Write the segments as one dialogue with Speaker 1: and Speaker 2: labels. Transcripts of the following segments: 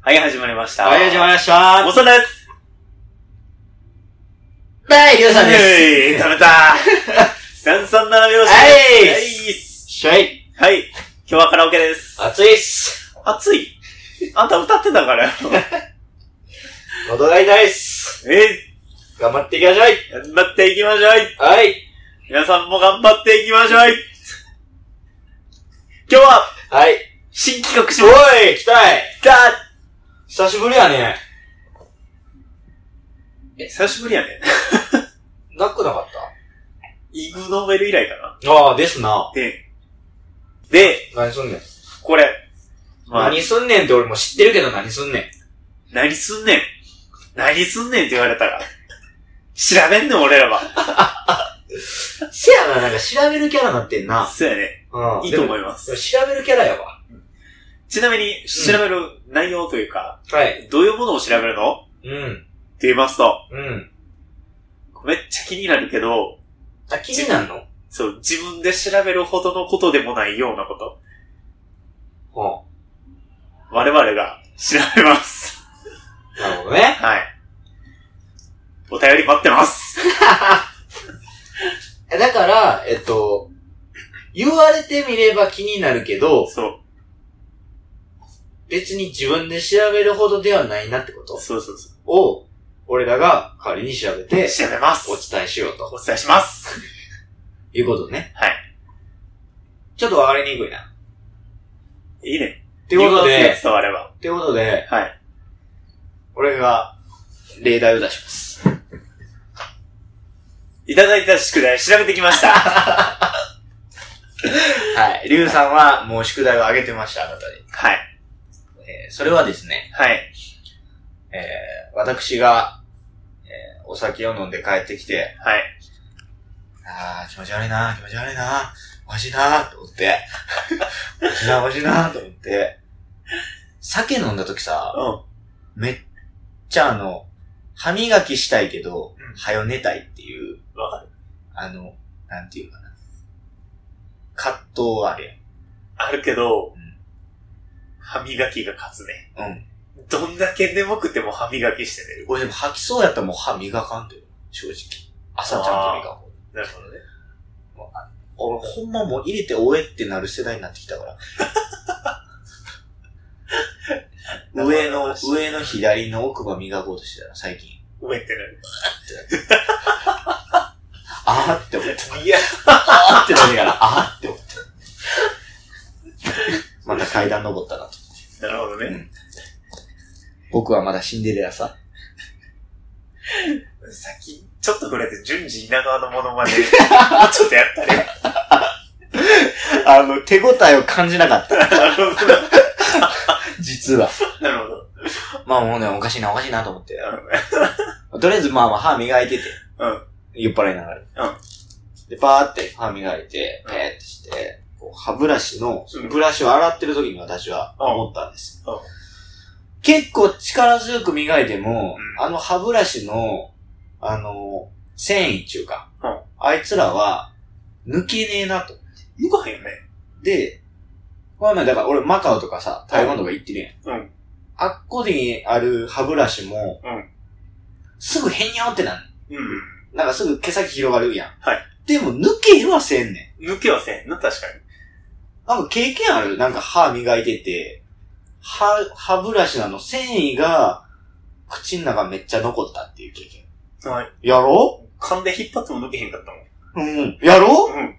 Speaker 1: はい、始まりました。
Speaker 2: はい、始まりました。
Speaker 1: おさです。
Speaker 2: はい、ゆうさん
Speaker 1: は
Speaker 2: で
Speaker 1: い
Speaker 2: す。、
Speaker 1: 食べた 三三七拍子
Speaker 2: はい
Speaker 1: です。
Speaker 2: しゃい。
Speaker 1: はい。はい。今日はカラオケです。
Speaker 2: 暑いっす。
Speaker 1: 暑い。あんた歌ってた からよ。
Speaker 2: 喉が痛いっす。
Speaker 1: え
Speaker 2: 頑張っていきましょうい。
Speaker 1: い、頑張っていきましょうい。
Speaker 2: はい。
Speaker 1: 皆さんも頑張っていきましょうい。今日は、
Speaker 2: はい。
Speaker 1: 新企画し
Speaker 2: お
Speaker 1: ま
Speaker 2: い、来たい。
Speaker 1: した。
Speaker 2: 久しぶりやね。
Speaker 1: え久しぶりやね。
Speaker 2: なくなかっ
Speaker 1: イグノーベル以来かな。
Speaker 2: たああ、ですな。
Speaker 1: で、で、
Speaker 2: 何すんねん。
Speaker 1: これ。まあ、
Speaker 2: 何すんねんって俺も知ってるけど何すんねん。
Speaker 1: 何すんねん。何すんねんって言われたら。調べんねん、俺らは。
Speaker 2: せやな、なんか調べるキャラなってんな。
Speaker 1: そうやね。
Speaker 2: う
Speaker 1: いいと
Speaker 2: う。
Speaker 1: 思いま。
Speaker 2: ですも調べるキャラやわ。
Speaker 1: ちなみに、調べる内容というか、
Speaker 2: はい。
Speaker 1: どういうものを調べるのっ
Speaker 2: うん。
Speaker 1: て言いますと、
Speaker 2: うん。
Speaker 1: めっちゃ気になるけど、
Speaker 2: あ、気になるの
Speaker 1: そう、自分で調べるほどのことでもないようなこと、
Speaker 2: ほ
Speaker 1: 我々が調べます。
Speaker 2: う。なるほどね。
Speaker 1: はい。お便り待ってます。
Speaker 2: えだから、えっと、言われてみれば気になるけど、
Speaker 1: そ
Speaker 2: 別に自分で調べるほどではないなってこ
Speaker 1: う、
Speaker 2: と
Speaker 1: そうそうそう。
Speaker 2: を、俺らが代わりに調べて、
Speaker 1: 調べます。
Speaker 2: お
Speaker 1: お
Speaker 2: 伝えしようと。
Speaker 1: 伝えします。
Speaker 2: いうことね。
Speaker 1: はい。
Speaker 2: ちょっと分かりにくいな。
Speaker 1: いいね。
Speaker 2: ってこと
Speaker 1: ニュアン
Speaker 2: で
Speaker 1: ス、が伝われば。
Speaker 2: ってことで、
Speaker 1: はい。
Speaker 2: 俺が、例題を出します。
Speaker 1: いただいた宿題調べてきました。
Speaker 2: はい。リュウさんは、もう宿題をあげてました、あなたに。
Speaker 1: はい。
Speaker 2: えーそれはですね、
Speaker 1: はい。
Speaker 2: えー私が、えーお酒を飲んで帰ってきて、
Speaker 1: はい。
Speaker 2: あー、気持ち悪いな、気持ち悪いな、おいしいな、と思って。 おいしいな、おいしいな、と思って。酒飲んだ時さ、
Speaker 1: う
Speaker 2: めっちゃあの、歯磨きしたいけど
Speaker 1: うん、
Speaker 2: はよ寝たいっていう、
Speaker 1: ん。わかる。
Speaker 2: あの、なんていうかな。葛藤はある
Speaker 1: あるけど、
Speaker 2: うん
Speaker 1: 歯磨きが勝つね。
Speaker 2: やん。うん。
Speaker 1: どんだけ眠くても歯磨きして寝る。
Speaker 2: 俺でも吐きそうやったらもう歯磨かんとよ、正直。朝ちゃんと磨こう。
Speaker 1: なるほどね。
Speaker 2: 俺ほんまもう入れて終えってなる世代になってきたから。上の、上の左の奥歯磨こうとしてたら最近。
Speaker 1: 上ってなる。
Speaker 2: あーって思った。
Speaker 1: いや、
Speaker 2: あーってなりながら、あーって思った。また階段登ったなと。
Speaker 1: なるほどね。
Speaker 2: 僕はまだシンデレラさ。
Speaker 1: さっき、ちょっと触れて、順次稲川のもの まで、もうちょっとやったね。
Speaker 2: あの、手応えを感じなかった。
Speaker 1: なるほどね。
Speaker 2: 実は。
Speaker 1: なるほど。
Speaker 2: まあもうね、おかしいな、おかしいなと思って。
Speaker 1: なるほどね。
Speaker 2: とりあえずまあまあ歯磨いてて。
Speaker 1: うん。
Speaker 2: 酔っ払いながら。
Speaker 1: うん。
Speaker 2: で、パーって歯磨いて、
Speaker 1: うん
Speaker 2: ペーってして、こう歯ブラシの
Speaker 1: うん、
Speaker 2: ブラシを洗ってる時に私は思ったんです
Speaker 1: うんうん
Speaker 2: よ。結構力強く磨いても、
Speaker 1: うん
Speaker 2: あの歯ブラシの、あの、繊維っていうか、
Speaker 1: うん
Speaker 2: あいつらは、抜けねえなと。
Speaker 1: 向こうへんよね。
Speaker 2: で、この前だから俺マカオとかさ、台湾とか行ってるやん。
Speaker 1: うん
Speaker 2: あっこにある歯ブラシも、
Speaker 1: うん
Speaker 2: すぐ変にゃってなる。
Speaker 1: う
Speaker 2: なんかすぐ毛先広がるやん。
Speaker 1: はい。
Speaker 2: でも抜けはせんね
Speaker 1: ん。抜けはせんな、確か
Speaker 2: ん。なんか経験あるなんか歯磨いてて、歯、歯ブラシのあの繊維が、口の中めっちゃ残ったっていう経験。
Speaker 1: に。はい。
Speaker 2: やろ
Speaker 1: 噛んで引っ張っても抜けへんかったも
Speaker 2: うん。や
Speaker 1: ん。
Speaker 2: ろ
Speaker 1: うん。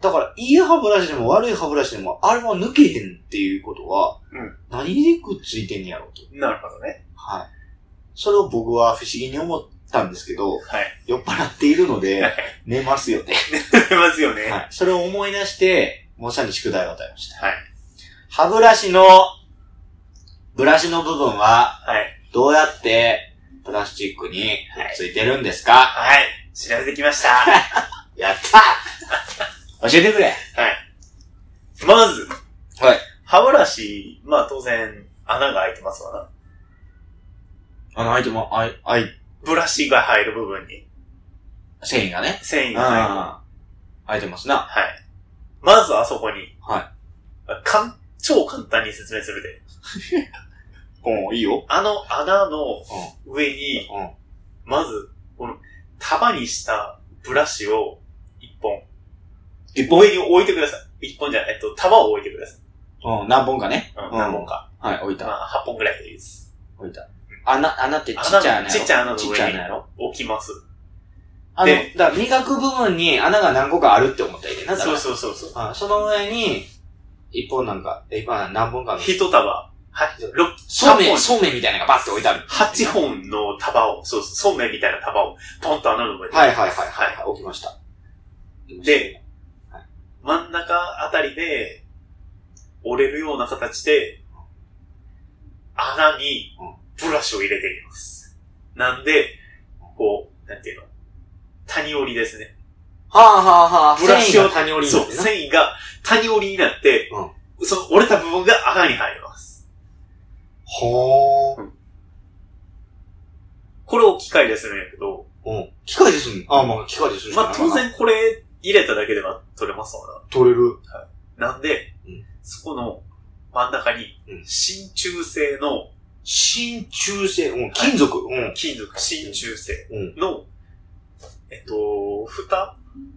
Speaker 2: だから、いい歯ブラシでも悪い歯ブラシでも、あれは抜けへんっていうことは、
Speaker 1: うん
Speaker 2: 何でくっついてんやろうと。
Speaker 1: なるほどね。
Speaker 2: はい。それを僕は不思議に思ったんですけど、
Speaker 1: はい。
Speaker 2: 酔っ払っているの
Speaker 1: は
Speaker 2: で
Speaker 1: い、
Speaker 2: 寝ますよね。
Speaker 1: 出ますよね。
Speaker 2: はい。それを思い出して、もうさに宿題を与えました。
Speaker 1: はい。
Speaker 2: 歯ブラシの、ブラシの部分は、
Speaker 1: はい。
Speaker 2: どうやって、プラスチックにくっついてるんですか、
Speaker 1: はい。調べてきました。
Speaker 2: やった ー教えてくれ
Speaker 1: まず、
Speaker 2: はい。
Speaker 1: 歯ブラシ、まあ当然、穴が開いてますわな。
Speaker 2: あの、相手も、あい、あい、
Speaker 1: ブラシが入る部分に、
Speaker 2: 繊維がね。
Speaker 1: 繊維が入る部分。
Speaker 2: ああ。空いてますな。
Speaker 1: はい。まずあそこに。。
Speaker 2: はい
Speaker 1: かん、超簡単に説明するで。
Speaker 2: うん、いいよ。
Speaker 1: あの穴の上に、
Speaker 2: うん。
Speaker 1: まず、この束にしたブラシを一本。
Speaker 2: 一
Speaker 1: 上に置いてください。一本じゃない、えっと、束を置いてください。
Speaker 2: うん、何本かね。
Speaker 1: うん、
Speaker 2: うん
Speaker 1: 何本か。
Speaker 2: はい、置い
Speaker 1: ま
Speaker 2: た。
Speaker 1: あ、八本ぐらいでいいです。
Speaker 2: 置いた。穴、穴ってちっちゃい穴やろ
Speaker 1: ちっちゃい穴の上
Speaker 2: ち
Speaker 1: に
Speaker 2: っちゃい穴やろ
Speaker 1: 置きます。
Speaker 2: あの
Speaker 1: で、
Speaker 2: だから磨く部分に穴が何個かあるって思ったらいいねんな。だか
Speaker 1: そう
Speaker 2: ら
Speaker 1: そうそうそう。
Speaker 2: あその上に、一本なんか、え、まあ何本かの。
Speaker 1: 一束、は、六、
Speaker 2: そうめ
Speaker 1: 八
Speaker 2: ん、
Speaker 1: 本
Speaker 2: そうめんみたいなのがバッて置いてある。
Speaker 1: 八本の束を、そうそう、そうめんみたいな束を、ポンと穴の上に。
Speaker 2: はいはいはい
Speaker 1: は
Speaker 2: はいい。はい、置きました。
Speaker 1: で、真ん中あたりで、折れるような形で、穴にブラシを入れていきます。なんで、こう、なんていうの谷折りですね。
Speaker 2: はあはあはあ、
Speaker 1: ブラシを
Speaker 2: 繊維が谷折りに
Speaker 1: そ
Speaker 2: なっ
Speaker 1: う、
Speaker 2: てな
Speaker 1: 繊維が谷折りになって、その折れた部分が穴に入ります。
Speaker 2: ほー。
Speaker 1: これを機械でするんやけど、
Speaker 2: うん。機械ですんのああ、まあ機械でするしか
Speaker 1: まあ
Speaker 2: ないか
Speaker 1: 当
Speaker 2: な。
Speaker 1: 然これ入れただけでは取れますわな。
Speaker 2: 取れる。
Speaker 1: なんで、
Speaker 2: うん
Speaker 1: そこの真ん中に
Speaker 2: う、ん
Speaker 1: 真鍮製の
Speaker 2: 真鍮製、うん、金属。うん。
Speaker 1: 金属、真鍮製
Speaker 2: うん。
Speaker 1: の、えっと、蓋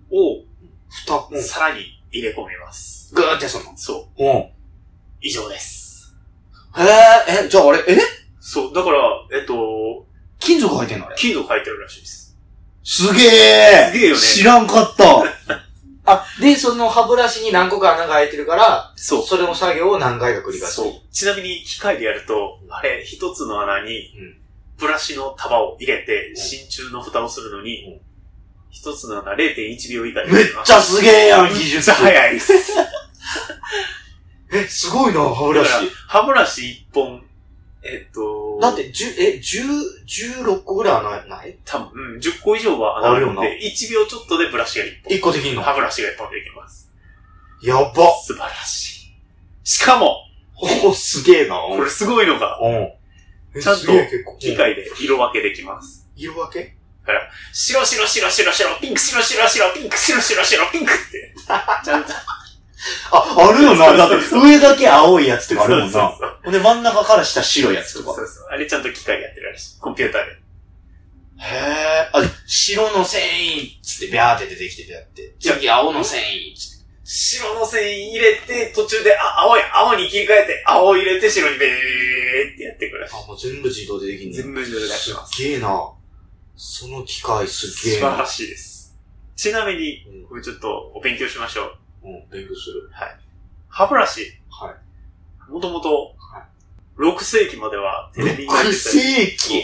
Speaker 1: を
Speaker 2: 蓋。うん。
Speaker 1: さらに入れ込みます。
Speaker 2: ぐーってその。
Speaker 1: そう。
Speaker 2: うん。へ
Speaker 1: 以上です。
Speaker 2: え、え、じゃああれ、え
Speaker 1: そう。だから、えっと、
Speaker 2: 金属入ってんのあれ
Speaker 1: 金属入ってるらしいです。
Speaker 2: すげえ
Speaker 1: すげえよね
Speaker 2: 知らんかった あ、で、その歯ブラシに何個か穴が開いてるから、
Speaker 1: そう。
Speaker 2: それの作業を何回か繰り返す。
Speaker 1: そう。ちなみに、機械でやると、あれ、一つの穴に
Speaker 2: うん、
Speaker 1: ブラシの束を入れて
Speaker 2: う、ん
Speaker 1: 真鍮の蓋をするの
Speaker 2: う
Speaker 1: に
Speaker 2: ん、
Speaker 1: 一つの穴0.1秒以下で
Speaker 2: めっ
Speaker 1: できます
Speaker 2: ちゃすげえやん、技
Speaker 1: めっ
Speaker 2: 術
Speaker 1: ちゃ。早いです。
Speaker 2: え、すごいな、歯ブ
Speaker 1: だ
Speaker 2: ラ
Speaker 1: から
Speaker 2: シ。、
Speaker 1: 歯ブラシ一本、えっと、
Speaker 2: だっ、て、十、え、十、十六個ぐらい穴ない
Speaker 1: 多分、うん、10個以上は穴
Speaker 2: あるよ
Speaker 1: ん
Speaker 2: な
Speaker 1: で、1秒ちょっとでブラシが一本。
Speaker 2: 一個できんの
Speaker 1: 歯ブラシが一本できます。
Speaker 2: やば。
Speaker 1: 素晴らしい。しかも、
Speaker 2: お、すげえな。
Speaker 1: これすごいのが、
Speaker 2: うん。え
Speaker 1: ちゃんと
Speaker 2: すげえ結構
Speaker 1: 機械で色分けできます。
Speaker 2: 色分け
Speaker 1: 白白白白白、ピンク白白白、ピンク白白白、ピンクって。ちゃんと。
Speaker 2: あ、あるよな。だって、上だけ青いやつとかあるもん
Speaker 1: そう
Speaker 2: な。ほんで、真ん中から下白いや
Speaker 1: そう
Speaker 2: つ
Speaker 1: そ
Speaker 2: と
Speaker 1: うそ
Speaker 2: か。
Speaker 1: うそう。あれちゃんと機械でやってるらしい。コンピューターで。
Speaker 2: へえ。あ、白の繊維っつって、ビャーって出てきて、ビャーって。次、青の繊維っつって。
Speaker 1: 白の線入れて、途中で、あ、青い、青に切り替えて、青入れて、白にベーってやってくるらしい。
Speaker 2: あ、もう全部自動でできんね
Speaker 1: 全部自動でやってます
Speaker 2: っげえな。その機械す
Speaker 1: 素
Speaker 2: げえ
Speaker 1: 晴
Speaker 2: な。
Speaker 1: らしいです。ちなみに、
Speaker 2: うん
Speaker 1: これちょっとお勉強しましょう。
Speaker 2: うん、勉強する。
Speaker 1: 歯ブラシ、
Speaker 2: はい。
Speaker 1: もともと
Speaker 2: は、
Speaker 1: 6世紀まではテレビが出
Speaker 2: 6世紀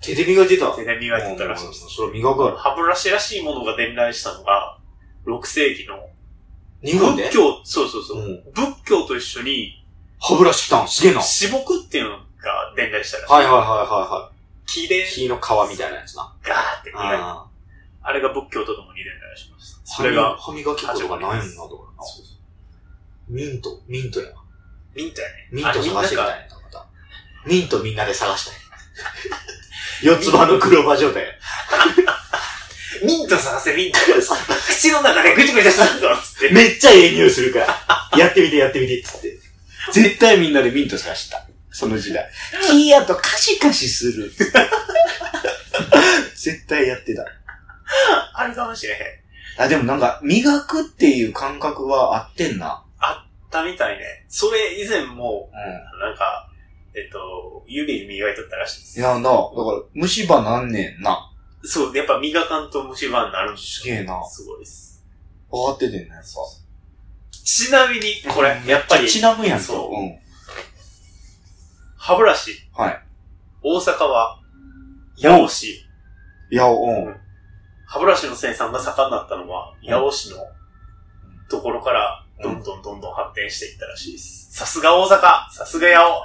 Speaker 2: テレビが出た。
Speaker 1: た。テレビが出たらしいです。
Speaker 2: それ磨くある。
Speaker 1: 歯ブラシらしいものが伝来したのが、6世紀の、
Speaker 2: 日本で
Speaker 1: 仏教、そうそうそうう。
Speaker 2: ん。
Speaker 1: 仏教と一緒に、
Speaker 2: 歯ブラシ来たんすげえな。はい
Speaker 1: 死木っていうのが伝来したらしい。
Speaker 2: はいはいは
Speaker 1: 木
Speaker 2: い
Speaker 1: で
Speaker 2: はい。木の皮みたいなやつな。
Speaker 1: ガーって磨いて
Speaker 2: あ
Speaker 1: あれが仏教とともに伝来しました。
Speaker 2: ー
Speaker 1: それが、
Speaker 2: 歯磨き粉とかないもんな、だからな。
Speaker 1: そうそう
Speaker 2: ミント、ミントや。
Speaker 1: ミントやね。
Speaker 2: ミント探してみたい
Speaker 1: あ
Speaker 2: な、また。ミントみんなで探 したい。四つ葉の黒葉状態。
Speaker 1: ミントミント探せ、ミント。 口の中でぐちゃぐちゃしたんだつって。
Speaker 2: めっちゃええ匂いするから。やってみて、やってみて、つって。絶対みんなでミント探した。その時代。キーやとカシカシする。絶対やってた。
Speaker 1: あるかもしれへん。
Speaker 2: あ、でもなんか、磨くっていう感覚は合ってんな。
Speaker 1: だみたいね。それ以前も、
Speaker 2: う
Speaker 1: なんか、えっと、指磨いとったらしいで
Speaker 2: い
Speaker 1: す。
Speaker 2: や、な、だから、虫歯なんねんな。
Speaker 1: そう、やっぱ磨かんと虫歯になるんです
Speaker 2: すげえな。
Speaker 1: すごいです。
Speaker 2: 分かっててんね、やっ
Speaker 1: ちなみに、これ、やっぱ
Speaker 2: ぱ。
Speaker 1: り、
Speaker 2: ちなむやん
Speaker 1: そ
Speaker 2: と。
Speaker 1: う
Speaker 2: うん。
Speaker 1: 歯ブラシ、
Speaker 2: はい。
Speaker 1: 大阪は、八尾市、
Speaker 2: いや、うん。
Speaker 1: 歯ブラシの生産が盛んだったのは、
Speaker 2: うん
Speaker 1: 八尾市のところから、どんどんどんどん発展していったらしいです。さすが大阪さすが八尾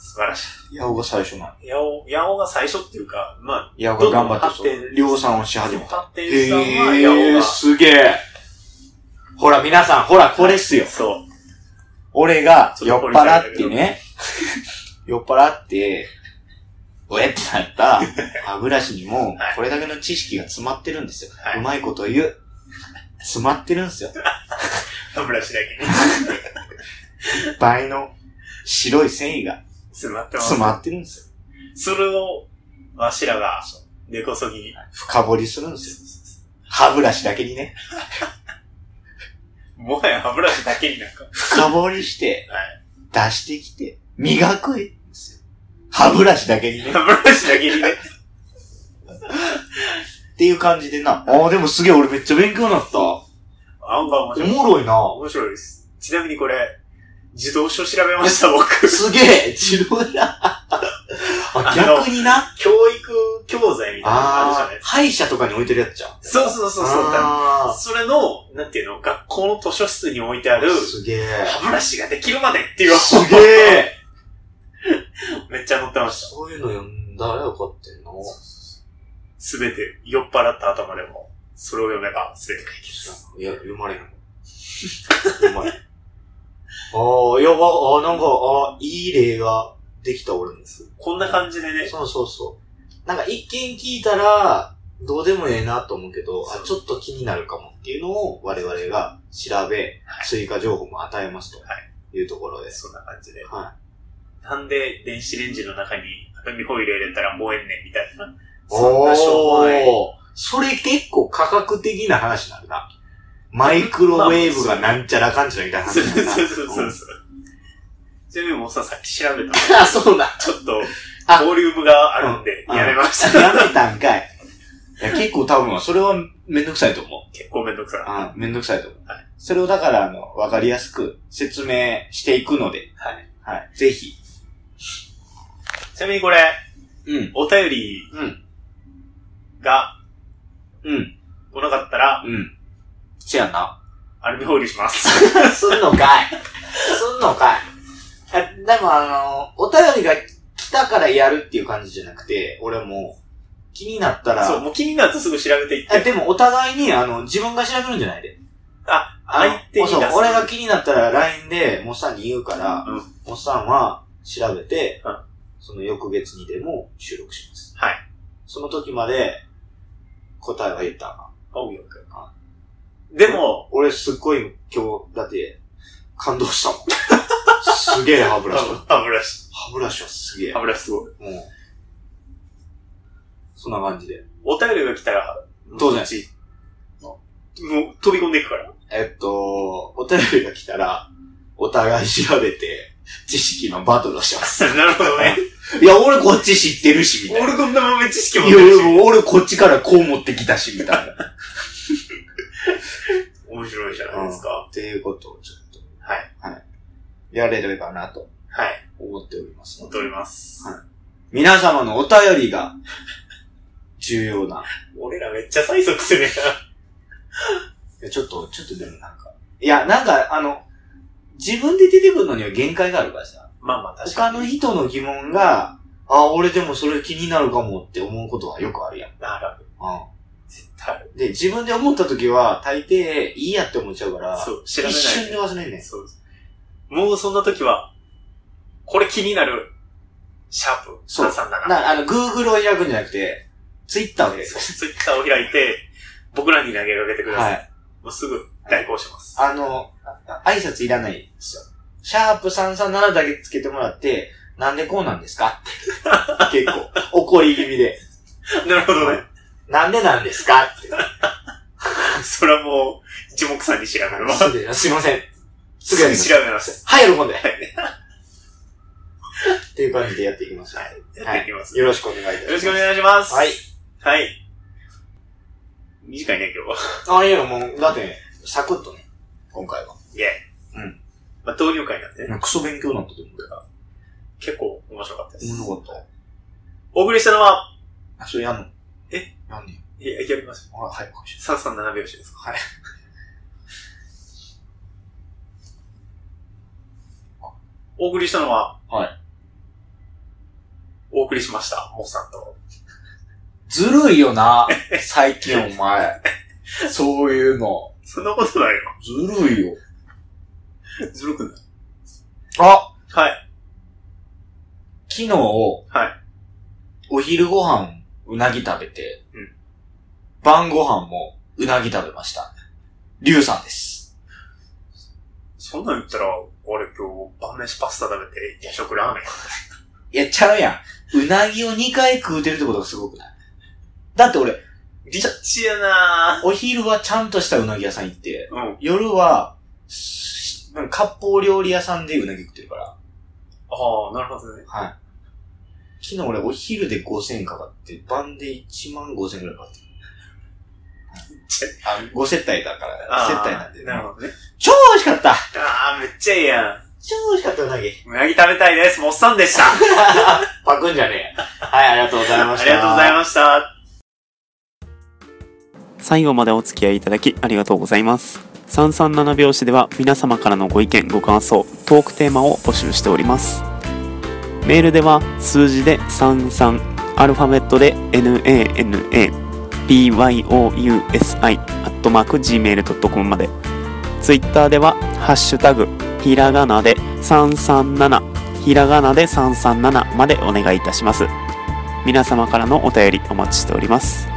Speaker 1: 素晴らし
Speaker 2: ヤオが最初なの。
Speaker 1: い。八尾、八尾が最初っていうか、まあ、
Speaker 2: ヤオが頑張
Speaker 1: どん
Speaker 2: って、
Speaker 1: どん発
Speaker 2: そう
Speaker 1: 展
Speaker 2: 量産をし始めた。
Speaker 1: 発展したのは
Speaker 2: へ
Speaker 1: 八尾
Speaker 2: え
Speaker 1: が
Speaker 2: ー、。すげえ。ほら、皆さん、ほら、これっすよ。
Speaker 1: そう。
Speaker 2: 俺が酔っ払ってね、 酔っ払って、おえって なった歯ブラシにも
Speaker 1: はい、
Speaker 2: これだけの知識が詰まってるんですよ。
Speaker 1: はいう
Speaker 2: まいこと言う。詰まってるんですよ。
Speaker 1: 歯ブラシだけに。
Speaker 2: 倍の白い繊維が
Speaker 1: 詰まってます。
Speaker 2: 詰まってるんですよ。
Speaker 1: それを、わしらが、根こそぎ、
Speaker 2: 深掘りするんですよ。歯ブラシだけにね、
Speaker 1: もはや歯ブラシだけになんか、
Speaker 2: 深掘りして
Speaker 1: は、
Speaker 2: 出してきて、磨くんですよ。歯ブラシだけにね。
Speaker 1: 歯ブラシだけにね、
Speaker 2: っていう感じでな。ああ、でもすげえ俺めっちゃ勉強になった。お
Speaker 1: 案外面白い。
Speaker 2: もろいな。
Speaker 1: 面白いです。ちなみにこれ、自動書調べま した、僕。
Speaker 2: すげえ自動だ。あ、逆にな。
Speaker 1: 教育教材みたいなのあるじゃ
Speaker 2: あ
Speaker 1: ないで、
Speaker 2: あ
Speaker 1: すか。
Speaker 2: 歯医者とかに置いてるやつじゃん。
Speaker 1: そうそうそうそう。
Speaker 2: あ
Speaker 1: それの、なんていうの、学校の図書室に置いてある
Speaker 2: ー、すげえ。
Speaker 1: 歯ブラシができるまでっていう
Speaker 2: すげえ
Speaker 1: めっちゃ載ってました。
Speaker 2: そういうの読んだらよかったよな。
Speaker 1: すべて、酔っ払った頭でも、それを読めばすべて解決。
Speaker 2: いや、読まれへん。読 まれへん。ああ、やば、ああ、なんか、ああ、いい例ができた俺も。
Speaker 1: こんな感じでね、
Speaker 2: そうそうそう。なんか一見聞いたら、どうでもええなと思うけど、あ、ちょっと気になるかもっていうのを我々が調べ、
Speaker 1: はい
Speaker 2: 追加情報も与えますと。。
Speaker 1: はい
Speaker 2: うところです。
Speaker 1: そんな感じで。
Speaker 2: は
Speaker 1: なんで電子レンジの中にアルミホイル入れたら燃えんねんみたいな。
Speaker 2: い。
Speaker 1: そんなしょうもない。
Speaker 2: おーそれ結構科学的な話になるな。マイクロウェーブがなんちゃらかんちゃらみたいな
Speaker 1: そう
Speaker 2: 話にな
Speaker 1: そ
Speaker 2: る
Speaker 1: う
Speaker 2: な。
Speaker 1: そうそうそう。ちなみにもうさ、さっき調べたの。
Speaker 2: あ、そうなん。
Speaker 1: ちょっと
Speaker 2: あ、
Speaker 1: ボリュームがあるんで、
Speaker 2: うん
Speaker 1: やめました。
Speaker 2: やめたんかい。いや、結構多分、それはめんどくさいと思う。
Speaker 1: 結構めんどくさい。
Speaker 2: あめんどくさいと思う。
Speaker 1: はい
Speaker 2: それをだから、あの、わかりやすく説明していくので。
Speaker 1: はい。
Speaker 2: はい。ぜひ。
Speaker 1: ちなみにこれ、
Speaker 2: うん。
Speaker 1: お便り
Speaker 2: うん。
Speaker 1: が
Speaker 2: うん。
Speaker 1: 来なかったら、
Speaker 2: うん。せやな。
Speaker 1: アルミホイルします。
Speaker 2: すんのかい。すんのかい。あでもあの、お便りが来たからやるっていう感じじゃなくて、俺も、気になったら、
Speaker 1: そう、もう気になるとすぐ調べていっ
Speaker 2: あ
Speaker 1: て。
Speaker 2: でもお互いに、あの、自分が調べるんじゃないで。
Speaker 1: あ、
Speaker 2: あの
Speaker 1: 相手に出す
Speaker 2: そう、俺が気になったら LINE で、モッサンに言うから、
Speaker 1: うん
Speaker 2: モッサンは調べて、
Speaker 1: うん
Speaker 2: その翌月にでも収録します。
Speaker 1: はい。
Speaker 2: その時まで、答えは言ったな。
Speaker 1: 青よく。でも、
Speaker 2: 俺すっごい今日、だって、感動し たもん。すげえ歯ブラシだ。
Speaker 1: 歯ブラシ。
Speaker 2: 歯ブラシはすげえ。
Speaker 1: 歯ブラシすごい。
Speaker 2: もう。そんな感じで。
Speaker 1: お便りが来たら、
Speaker 2: 当然
Speaker 1: そっちもう飛び込んでいくから。
Speaker 2: えっと、お便りが来たら、お互い調べて、知識のバトルをします。
Speaker 1: なるほ どね。
Speaker 2: いや、俺こっち知ってるし、みたいな。
Speaker 1: 俺こんな豆知識持っ
Speaker 2: い
Speaker 1: て
Speaker 2: や、
Speaker 1: るし。
Speaker 2: いや俺こっちからこう持ってきたし、みたい な。っ
Speaker 1: 面白いじゃないですか。
Speaker 2: ていうことをちょっと、
Speaker 1: はい。
Speaker 2: やれればなと
Speaker 1: はい。
Speaker 2: 思っておりますの
Speaker 1: 思っ
Speaker 2: で
Speaker 1: ております。
Speaker 2: はい皆様のお便りが、重要な。
Speaker 1: 俺らめっちゃ催促する やん。
Speaker 2: いや、ちょっと、ちょっとでもなんか。いや、なんか、あの、自分で出てくるのには限界があるからさ。
Speaker 1: まあまあ確か
Speaker 2: 他
Speaker 1: に。
Speaker 2: の人の疑問が、あ、俺でもそれ気になるかもって思うことはよくあるやん。
Speaker 1: なるほど。
Speaker 2: う
Speaker 1: 絶対ある。
Speaker 2: ん。で、自分で思った時は、大抵、いいやって思っちゃうから、
Speaker 1: そう、調べな
Speaker 2: 一
Speaker 1: い。
Speaker 2: 瞬で忘れんねん。
Speaker 1: そうです。もうそんな時は、これ気になる、シャープ
Speaker 2: そう
Speaker 1: 33だな。
Speaker 2: な、あの、Google を開くんじゃなくて、Twitter を開
Speaker 1: そう
Speaker 2: く。
Speaker 1: ツイッターを開いて、僕らに投げかけてくださ。
Speaker 2: はいい。
Speaker 1: もうすぐ代行し ます。
Speaker 2: あの、あ挨拶いらないですよ。シャープ337だけつけてもらって、なんでこうなんですかっ て結構、怒り気味で。
Speaker 1: なるほどね。
Speaker 2: なんでなんですかって。
Speaker 1: それはもう、一目散に調べます。
Speaker 2: すぐすいません。す
Speaker 1: す
Speaker 2: ぐや
Speaker 1: ぐ
Speaker 2: ります。
Speaker 1: 調べます。
Speaker 2: はい、喜んで。
Speaker 1: はい
Speaker 2: っていう感じでやっていきます。は
Speaker 1: やっていきます。
Speaker 2: い。よろしくお願いいたします。
Speaker 1: よろしくお願いします。
Speaker 2: はい。
Speaker 1: はい。短いね、今日は。
Speaker 2: あ、いや、もう、だって、サクッとね、今回は。
Speaker 1: イェイ。
Speaker 2: うん。
Speaker 1: まあ、導入会なんでね、
Speaker 2: クソ勉強になったと思うけど。
Speaker 1: 結構面白かったです。
Speaker 2: 面白かっ
Speaker 1: お送りしたのは、
Speaker 2: た。あ、それやんの
Speaker 1: え
Speaker 2: やんね
Speaker 1: いや、やります。
Speaker 2: ん。あ、はい、こいし
Speaker 1: 337拍子ですか。はい。お送りしたのは、
Speaker 2: はい。
Speaker 1: お送りしました、モッさんと。
Speaker 2: ずるいよな、最近お前。そういうの。
Speaker 1: そんなことないよ。
Speaker 2: ずるいよ。
Speaker 1: ずるくない。
Speaker 2: あ、
Speaker 1: はい。
Speaker 2: 昨日、お
Speaker 1: はい。
Speaker 2: 昼ご飯、うなぎ食べて、
Speaker 1: うん
Speaker 2: 晩ご飯も、うなぎ食べました。りゅうさんです。
Speaker 1: そんなん言ったら、俺今日晩飯パスタ食べて夜食ラーメン。
Speaker 2: いや、ちゃうやん。うなぎを2回食うてるってことがすごくないだって俺、
Speaker 1: リッチやな
Speaker 2: お昼はちゃんとしたうなぎ屋さん行って、
Speaker 1: うん。
Speaker 2: 夜は、すなんか割烹料理屋さんでうなぎ食ってるから。
Speaker 1: ああ、なるほどね。
Speaker 2: はい。昨日俺お昼で5000円かかって、晩で1万5000円くらいかかってる。
Speaker 1: ちゃ
Speaker 2: あ、5接待だから、接待なんで。
Speaker 1: なるほどね。
Speaker 2: 超美味しかった
Speaker 1: ああ、めっちゃいいやん。
Speaker 2: 超美味しかったうなぎ。
Speaker 1: うなぎ食べたいです。もっさんでした。あ
Speaker 2: パクんじゃねえ。はい、ありがとうございました。
Speaker 1: りがとうございました。
Speaker 3: 最後までお付き合いいただきありがとうございます。337拍子では皆様からのご意見、ご感想、トークテーマを募集しております。メールでは数字で33、アルファベットで nana, byousai、アットマーク gmail.com まで。ツイッターでは、ハッシュタグ、ひらがなで337、ひらがなで337までお願いいたします。皆様からのお便りお待ちしております。